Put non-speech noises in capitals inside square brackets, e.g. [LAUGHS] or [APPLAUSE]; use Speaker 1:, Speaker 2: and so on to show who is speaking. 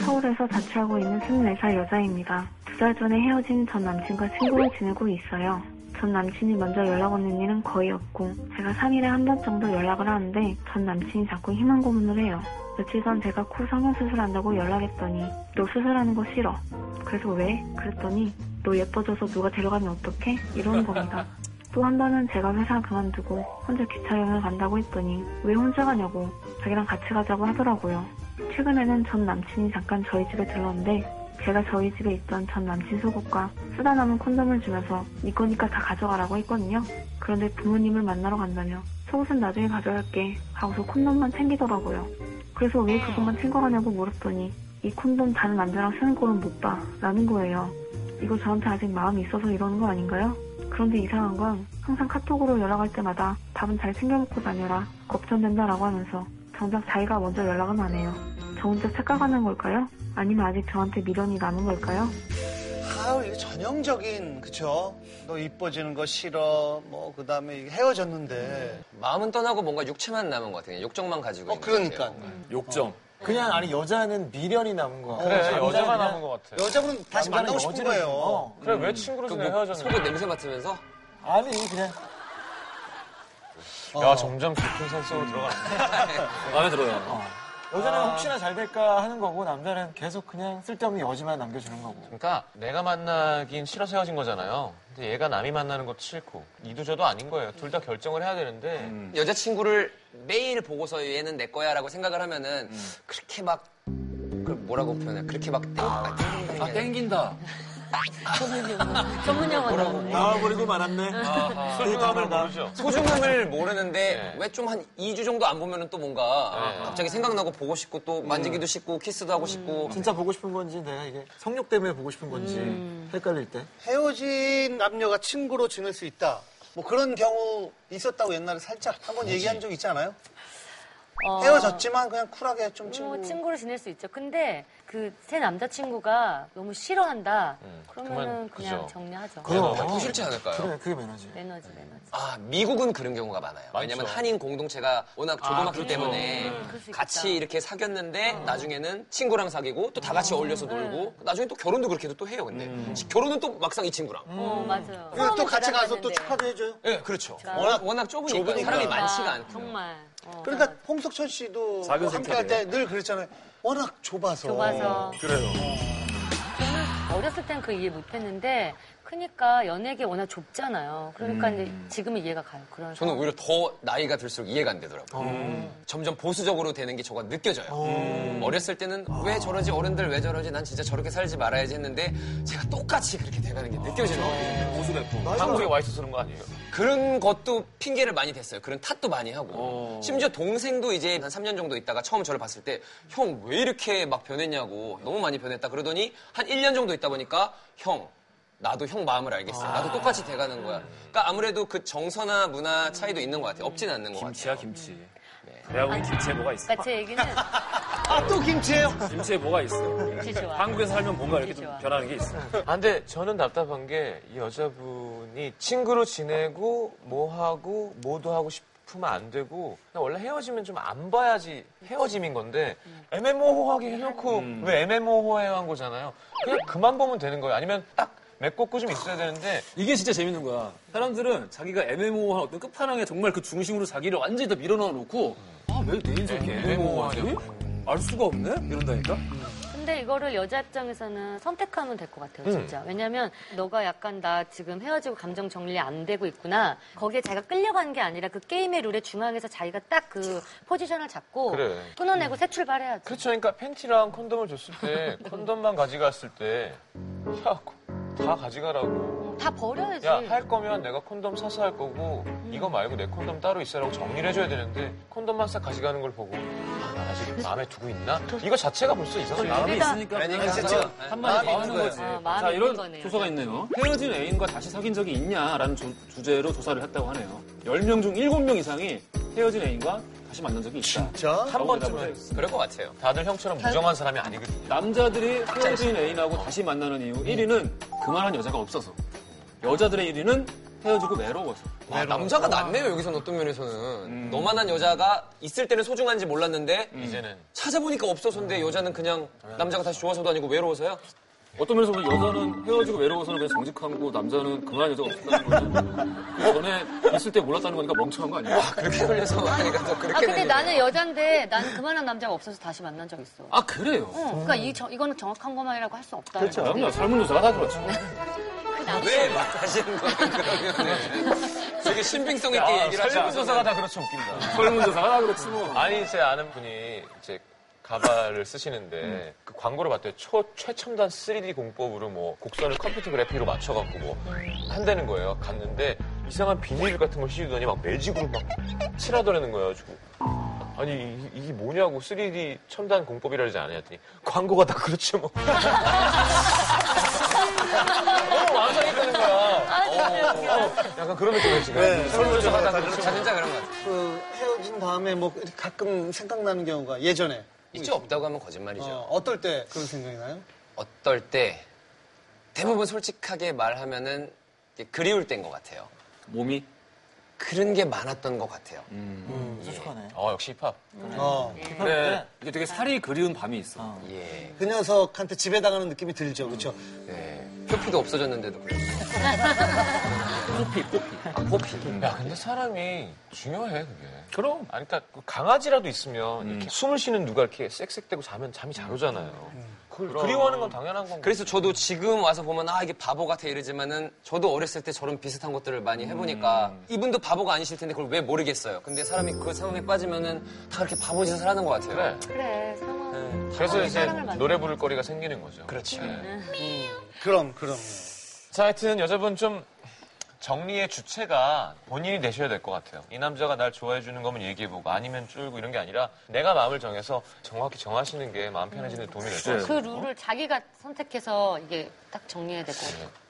Speaker 1: 서울에서 자취하고 있는 24살 여자입니다. 두 달 전에 헤어진 전 남친과 친구를 지내고 있어요. 전 남친이 먼저 연락 오는 일은 거의 없고 제가 3일에 한 번 정도 연락을 하는데 전 남친이 자꾸 희망 고문을 해요. 며칠 전 제가 코 성형 수술한다고 연락했더니 너 수술하는 거 싫어. 그래서 왜? 그랬더니 너 예뻐져서 누가 데려가면 어떡해? 이러는 겁니다. 또 한 번은 제가 회사 그만두고 혼자 기차 여행을 간다고 했더니 왜 혼자 가냐고 자기랑 같이 가자고 하더라고요. 최근에는 전 남친이 잠깐 저희 집에 들렀는데 제가 저희 집에 있던 전 남친 속옷과 쓰다 남은 콘돔을 주면서 네 거니까 다 가져가라고 했거든요. 그런데 부모님을 만나러 간다며 속옷은 나중에 가져갈게 하고서 콘돔만 챙기더라고요. 그래서 왜 그것만 챙겨가냐고 물었더니 이 콘돔 다른 남자랑 쓰는 꼴은 못 봐. 라는 거예요. 이거 저한테 아직 마음이 있어서 이러는 거 아닌가요? 그런데 이상한 건 항상 카톡으로 연락할 때마다 밥은 잘 챙겨먹고 다녀라. 걱정된다라고 하면서 정작 자기가 먼저 연락은 안 해요. 저 혼자 착각하는 걸까요? 아니면 아직 저한테 미련이 남은 걸까요?
Speaker 2: 아우 이게 전형적인 그쵸? 너 이뻐지는 거 싫어. 뭐 그다음에 이게 헤어졌는데.
Speaker 3: 마음은 떠나고 뭔가 육체만 남은 것 같아요. 욕정만
Speaker 4: 음,
Speaker 3: 가지고
Speaker 2: 어
Speaker 3: 있는
Speaker 2: 그러니까.
Speaker 3: 것 같아요.
Speaker 4: 욕정.
Speaker 5: 그냥 아니 여자는 미련이 남은 거야.
Speaker 2: 그래,
Speaker 5: 남자는
Speaker 6: 여자가
Speaker 5: 그냥
Speaker 6: 남은 것 같아.
Speaker 4: 네.
Speaker 2: 여자분 다시
Speaker 5: 남자는
Speaker 2: 만나고 어, 싶은
Speaker 5: 여지를 어.
Speaker 2: 거예요.
Speaker 5: 줘.
Speaker 6: 그래, 왜 친구로 지내
Speaker 3: 그러니까 뭐
Speaker 6: 헤어졌는데?
Speaker 3: 속옷 냄새 맡으면서
Speaker 5: 아니 그냥
Speaker 6: 야, 점점 깊은 산 속으로 어. 들어가네. [LAUGHS]
Speaker 4: 마음에 들어요.
Speaker 5: 여자는
Speaker 2: 아.
Speaker 5: 혹시나 잘 될까 하는 거고 남자는 계속 그냥 쓸데없는 여지만 남겨주는 거고.
Speaker 6: 그러니까 내가 만나긴 싫어서 헤어진 거잖아요. 근데 얘가 남이 만나는 것도 싫고 이두저도 아닌 거예요. 둘 다 결정을 해야 되는데
Speaker 3: 여자친구를 매일 보고서 얘는 내 거야라고 생각을 하면은 그렇게 막 그걸 뭐라고 표현해? 그렇게 막 땡, 아, 땡,
Speaker 4: 아, 땡긴다.
Speaker 7: 전문용어 나오네.
Speaker 2: 아,
Speaker 5: 나와버리고 말았네.
Speaker 6: 아, 소중함을 모르죠.
Speaker 3: 소중함을 모르는데
Speaker 6: 네.
Speaker 3: 왜 좀 한 2주 정도 안 보면은 또 뭔가 갑자기 생각나고 보고 싶고 또 만지기도 싶고 키스도 하고 싶고
Speaker 5: 진짜 보고 싶은 건지 내가 이게 성욕 때문에 보고 싶은 건지
Speaker 6: 음.
Speaker 5: 헷갈릴 때.
Speaker 2: 헤어진 남녀가 친구로 지낼 수 있다. 뭐 그런 경우 있었다고 옛날에 살짝 한 번 얘기한 적 있지 않아요?
Speaker 7: 어,
Speaker 2: 헤어졌지만 그냥 쿨하게 좀
Speaker 7: 뭐
Speaker 2: 친구.
Speaker 7: 친구로 지낼 수 있죠. 근데 그 새 남자친구가 너무 싫어한다.
Speaker 6: 그만,
Speaker 7: 그러면은 그냥
Speaker 6: 그죠.
Speaker 7: 정리하죠.
Speaker 3: 너무 아, 싫지 않을까요?
Speaker 5: 그래 그게 매너지.
Speaker 7: 매너지 매너지.
Speaker 3: 아, 미국은 그런 경우가 많아요. 왜냐면 한인 공동체가 워낙 아, 조그맣기 때문에
Speaker 7: 음, 그럴 수 있겠다.
Speaker 3: 같이 이렇게 사귀었는데 나중에는 친구랑 사귀고 또 다
Speaker 7: 음,
Speaker 3: 같이 어울려서 놀고 나중에 또 결혼도 그렇게도 또 해요. 근데 결혼은 또 막상 이 친구랑.
Speaker 7: 어 맞아요.
Speaker 2: 그리고 또 같이 가서 또
Speaker 7: 했는데.
Speaker 2: 축하도 해줘요.
Speaker 4: 네.
Speaker 3: 예, 그렇죠.
Speaker 7: 자.
Speaker 3: 워낙, 워낙 좁으니까,
Speaker 2: 좁으니까.
Speaker 3: 사람이
Speaker 7: 아,
Speaker 3: 많지가 않고.
Speaker 7: 정말. 어,
Speaker 2: 그러니까
Speaker 7: 맞아, 맞아.
Speaker 2: 홍석천 씨도
Speaker 4: 작은
Speaker 2: 뭐 함께할 때
Speaker 4: 생태계예요.
Speaker 2: 늘 그랬잖아요. 워낙 좁아서. 어,
Speaker 7: 좁아서 어.
Speaker 4: 그래요.
Speaker 7: 어렸을 땐 그 이해 못했는데 크니까 연예계 워낙 좁잖아요. 그러니까 이제 지금은 이해가 가요. 그런
Speaker 3: 저는 오히려 더 나이가 들수록 이해가 안 되더라고요. 점점 보수적으로 되는 게 저가 느껴져요. 음, 어렸을 때는 왜 저러지 어른들 왜 저러지 난 진짜 저렇게 살지 말아야지 했는데 제가 똑같이 그렇게 돼가는 게 느껴지는 거예요.
Speaker 4: 보수 래퍼.
Speaker 6: 한국에 와 있어 쓰는 거 아니에요?
Speaker 3: 그런 것도 핑계를 많이 댔어요. 그런 탓도 많이 하고. 심지어 동생도 이제 한 3년 정도 있다가 처음 저를 봤을 때 형 왜 이렇게 막 변했냐고 너무 많이 변했다 그러더니 한 1년 정도 있다 보니까 형 나도 형 마음을 알겠어. 나도 똑같이 돼가는 거야. 그러니까 아무래도 그 정서나 문화 차이도 있는 것 같아요. 없진 않는 것
Speaker 4: 김치야,
Speaker 3: 같아요.
Speaker 4: 김치. 대한민국 김치에 뭐가 있어?
Speaker 7: 그러니까 제 얘기는
Speaker 2: 아, 또 김치예요?
Speaker 4: 김치에 뭐가 있어?
Speaker 7: 김치 좋아.
Speaker 4: 한국에서 살면 뭔가 이렇게
Speaker 7: 좋아.
Speaker 4: 좀 변하는 게 있어.
Speaker 6: 아, 근데 저는 답답한 게 이 여자분이 친구로 지내고 뭐 하고 뭐도 하고 싶으면 안 되고 그냥 원래 헤어지면 좀 안 봐야지 헤어짐인 건데 애매모호하게 해놓고
Speaker 4: 음.
Speaker 6: 왜 애매모호해한 거잖아요. 그냥 그만 보면 되는 거예요. 아니면 딱 메꿔고 좀 있어야 되는데
Speaker 4: 이게 진짜 재밌는 거야. 사람들은 자기가 애매모호한 어떤 끝판왕에 정말 그 중심으로 자기를 완전히 다 밀어넣어 놓고 아 왜 내 인생
Speaker 6: 음.
Speaker 4: 이렇게 애매모호하지? 알 수가 없네? 이런다니까?
Speaker 7: 근데 이거를 여자 입장에서는 선택하면 될 것 같아요, 진짜.
Speaker 6: 음.
Speaker 7: 왜냐면 너가 약간 나 지금 헤어지고 감정 정리 안 되고 있구나. 거기에 자기가 끌려간 게 아니라 그 게임의 룰의 중앙에서 자기가 딱 그 포지션을 잡고
Speaker 6: 그래.
Speaker 7: 끊어내고 새 출발해야지.
Speaker 6: 그렇죠. 그러니까 팬티랑 콘돔을 줬을 때 콘돔만 가져갔을 때 야, 다 가져가라고.
Speaker 7: 음, 다 버려야지.
Speaker 6: 야, 할 거면 내가 콘돔 사서 할 거고, 이거 말고 내 콘돔 따로 있어라고 정리를 해줘야 되는데, 콘돔만 싹 가져가는 걸 보고, 아, 나 아직 마음에 두고 있나? 이거 자체가 벌써 이상해.
Speaker 4: 마음이
Speaker 7: 일단-
Speaker 4: 있으니까
Speaker 2: 그러니까
Speaker 4: 그냥
Speaker 2: 지금
Speaker 4: 한 마디 더 하는 거지.
Speaker 7: 아, 마음이
Speaker 4: 자
Speaker 7: 있는
Speaker 4: 이런
Speaker 7: 거네요.
Speaker 4: 조사가 있네요. 헤어진 애인과 다시 사귄 적이 있냐라는 조- 주제로 조사를 했다고 하네요. 10명 중 7명 이상이 헤어진 애인과 다시 만난 적이 있다.
Speaker 2: 자,
Speaker 6: 한 번쯤은
Speaker 3: 그럴 것 같아요.
Speaker 6: 다들 형처럼 무정한 사람이 아니거든요.
Speaker 4: 남자들이 헤어진 애인하고 다시 만나는 이유 1위는 그만한 여자가 없어서 여자들의 1위는 헤어지고 외로워서.
Speaker 3: 와, 아, 남자가 낫네요 여기서는 어떤 면에서는 너만한 여자가 있을 때는 소중한지 몰랐는데
Speaker 6: 이제는
Speaker 3: 찾아보니까 없어서인데 여자는 그냥 남자가 다시 좋아서도 아니고 외로워서요.
Speaker 4: 어떤 면에서 보면 여자는 헤어지고 외로워서는 그냥 정직한 거고 남자는 그만한 여자가 없다는 거죠. 그 전에 있을 때 몰랐다는 거니까 멍청한 거 아니에요?
Speaker 3: 그렇게 돌려서 말하니까 또 그렇게
Speaker 7: 아 근데
Speaker 3: 되네요.
Speaker 7: 나는 여잔데 난 그만한 남자가 없어서 다시 만난 적 있어.
Speaker 4: 아 그래요?
Speaker 7: 어, 그러니까 이 저, 이거는 정확한 것만이라고 할 수 없다.
Speaker 6: 그렇죠.
Speaker 4: 그럼요. 설문조사가 다 그렇죠.
Speaker 3: 왜 말하시는 거예요 [LAUGHS] 그러면? 되게 신빙성 있게 얘기를 하시는
Speaker 6: 설문조사가 다 그렇죠 웃긴다.
Speaker 4: 설문조사가 다 그렇지 뭐.
Speaker 6: 아니 제 아는 분이 이제 가발을 쓰시는데
Speaker 4: 음.
Speaker 6: 그 광고를 봤더니 초 최첨단 3D 공법으로 뭐 곡선을 컴퓨터 그래픽으로 맞춰갖고 뭐 한다는 거예요. 갔는데 이상한 비닐 같은 걸 씌우더니 막 매직으로 막 칠하더라는 거예요. 가지고 아니 이- 이게 뭐냐고 3D 첨단 공법이라 그러지 않냐 했더니 광고가 다 그렇지 뭐. [LAUGHS] 너무 완성했다는 거야. 약간 그런 느낌이에요 지금.
Speaker 2: 네,
Speaker 6: 설문조사가
Speaker 2: 설문조사가
Speaker 6: 다
Speaker 2: 다
Speaker 6: 그렇지 뭐.
Speaker 3: 진짜 그런 거 같아요.
Speaker 2: 그 헤어진 다음에 뭐 이렇게 가끔 생각나는 경우가 예전에
Speaker 3: 있죠 없다고 하면 거짓말이죠.
Speaker 2: 어, 어떨 때 그런 생각이 나요?
Speaker 3: 어떨 때 대부분 솔직하게 말하면은 이게 그리울 때인 것 같아요.
Speaker 4: 몸이
Speaker 3: 그런 게 많았던 것 같아요.
Speaker 5: 솔직하네.
Speaker 6: 어 역시 힙합.
Speaker 2: 어.
Speaker 4: 네. 이게 되게 살이 그리운 밤이 있어.
Speaker 3: 예.
Speaker 2: 그 녀석한테 지배당하는 느낌이 들죠, 그렇죠?
Speaker 3: 네. 표피도 없어졌는데도 [LAUGHS] 그랬어요.
Speaker 4: 코피, 코피.
Speaker 3: 포피.
Speaker 6: 야, 근데 사람이 중요해, 그게.
Speaker 4: 그럼.
Speaker 6: 아니, 그러니까 그 강아지라도 있으면 이렇게 숨을 쉬는 누가 이렇게 쌕쌕대고 자면 잠이 잘 오잖아요. 그걸 그리워하는 건 당연한 건데.
Speaker 3: 그래서 저도 지금 와서 보면 아 이게 바보 같아 이러지만은 저도 어렸을 때 저런 비슷한 것들을 많이 해보니까 이분도 바보가 아니실 텐데 그걸 왜 모르겠어요. 근데 사람이 그 상황에 빠지면은 다 그렇게 바보 짓을 하는 것 같아요.
Speaker 6: 그래.
Speaker 7: 그래 상황.
Speaker 6: 네. 그래서
Speaker 7: 아, 사람이
Speaker 6: 이제
Speaker 7: 사랑을 받는 네.
Speaker 6: 노래 부를 거리가 생기는 거죠. 네.
Speaker 3: 그렇죠.
Speaker 2: 그럼, 그럼.
Speaker 6: 자, 하여튼 여자분 좀 정리의 주체가 본인이 되셔야 될 것 같아요. 이 남자가 날 좋아해 주는 거면 얘기해보고 아니면 쫄고 이런 게 아니라 내가 마음을 정해서 정확히 정하시는 게 마음 편해지는 데 도움이 될 것 같아요.
Speaker 7: 그 룰을 자기가 선택해서 이게 딱 정리해야 될 것 같아요.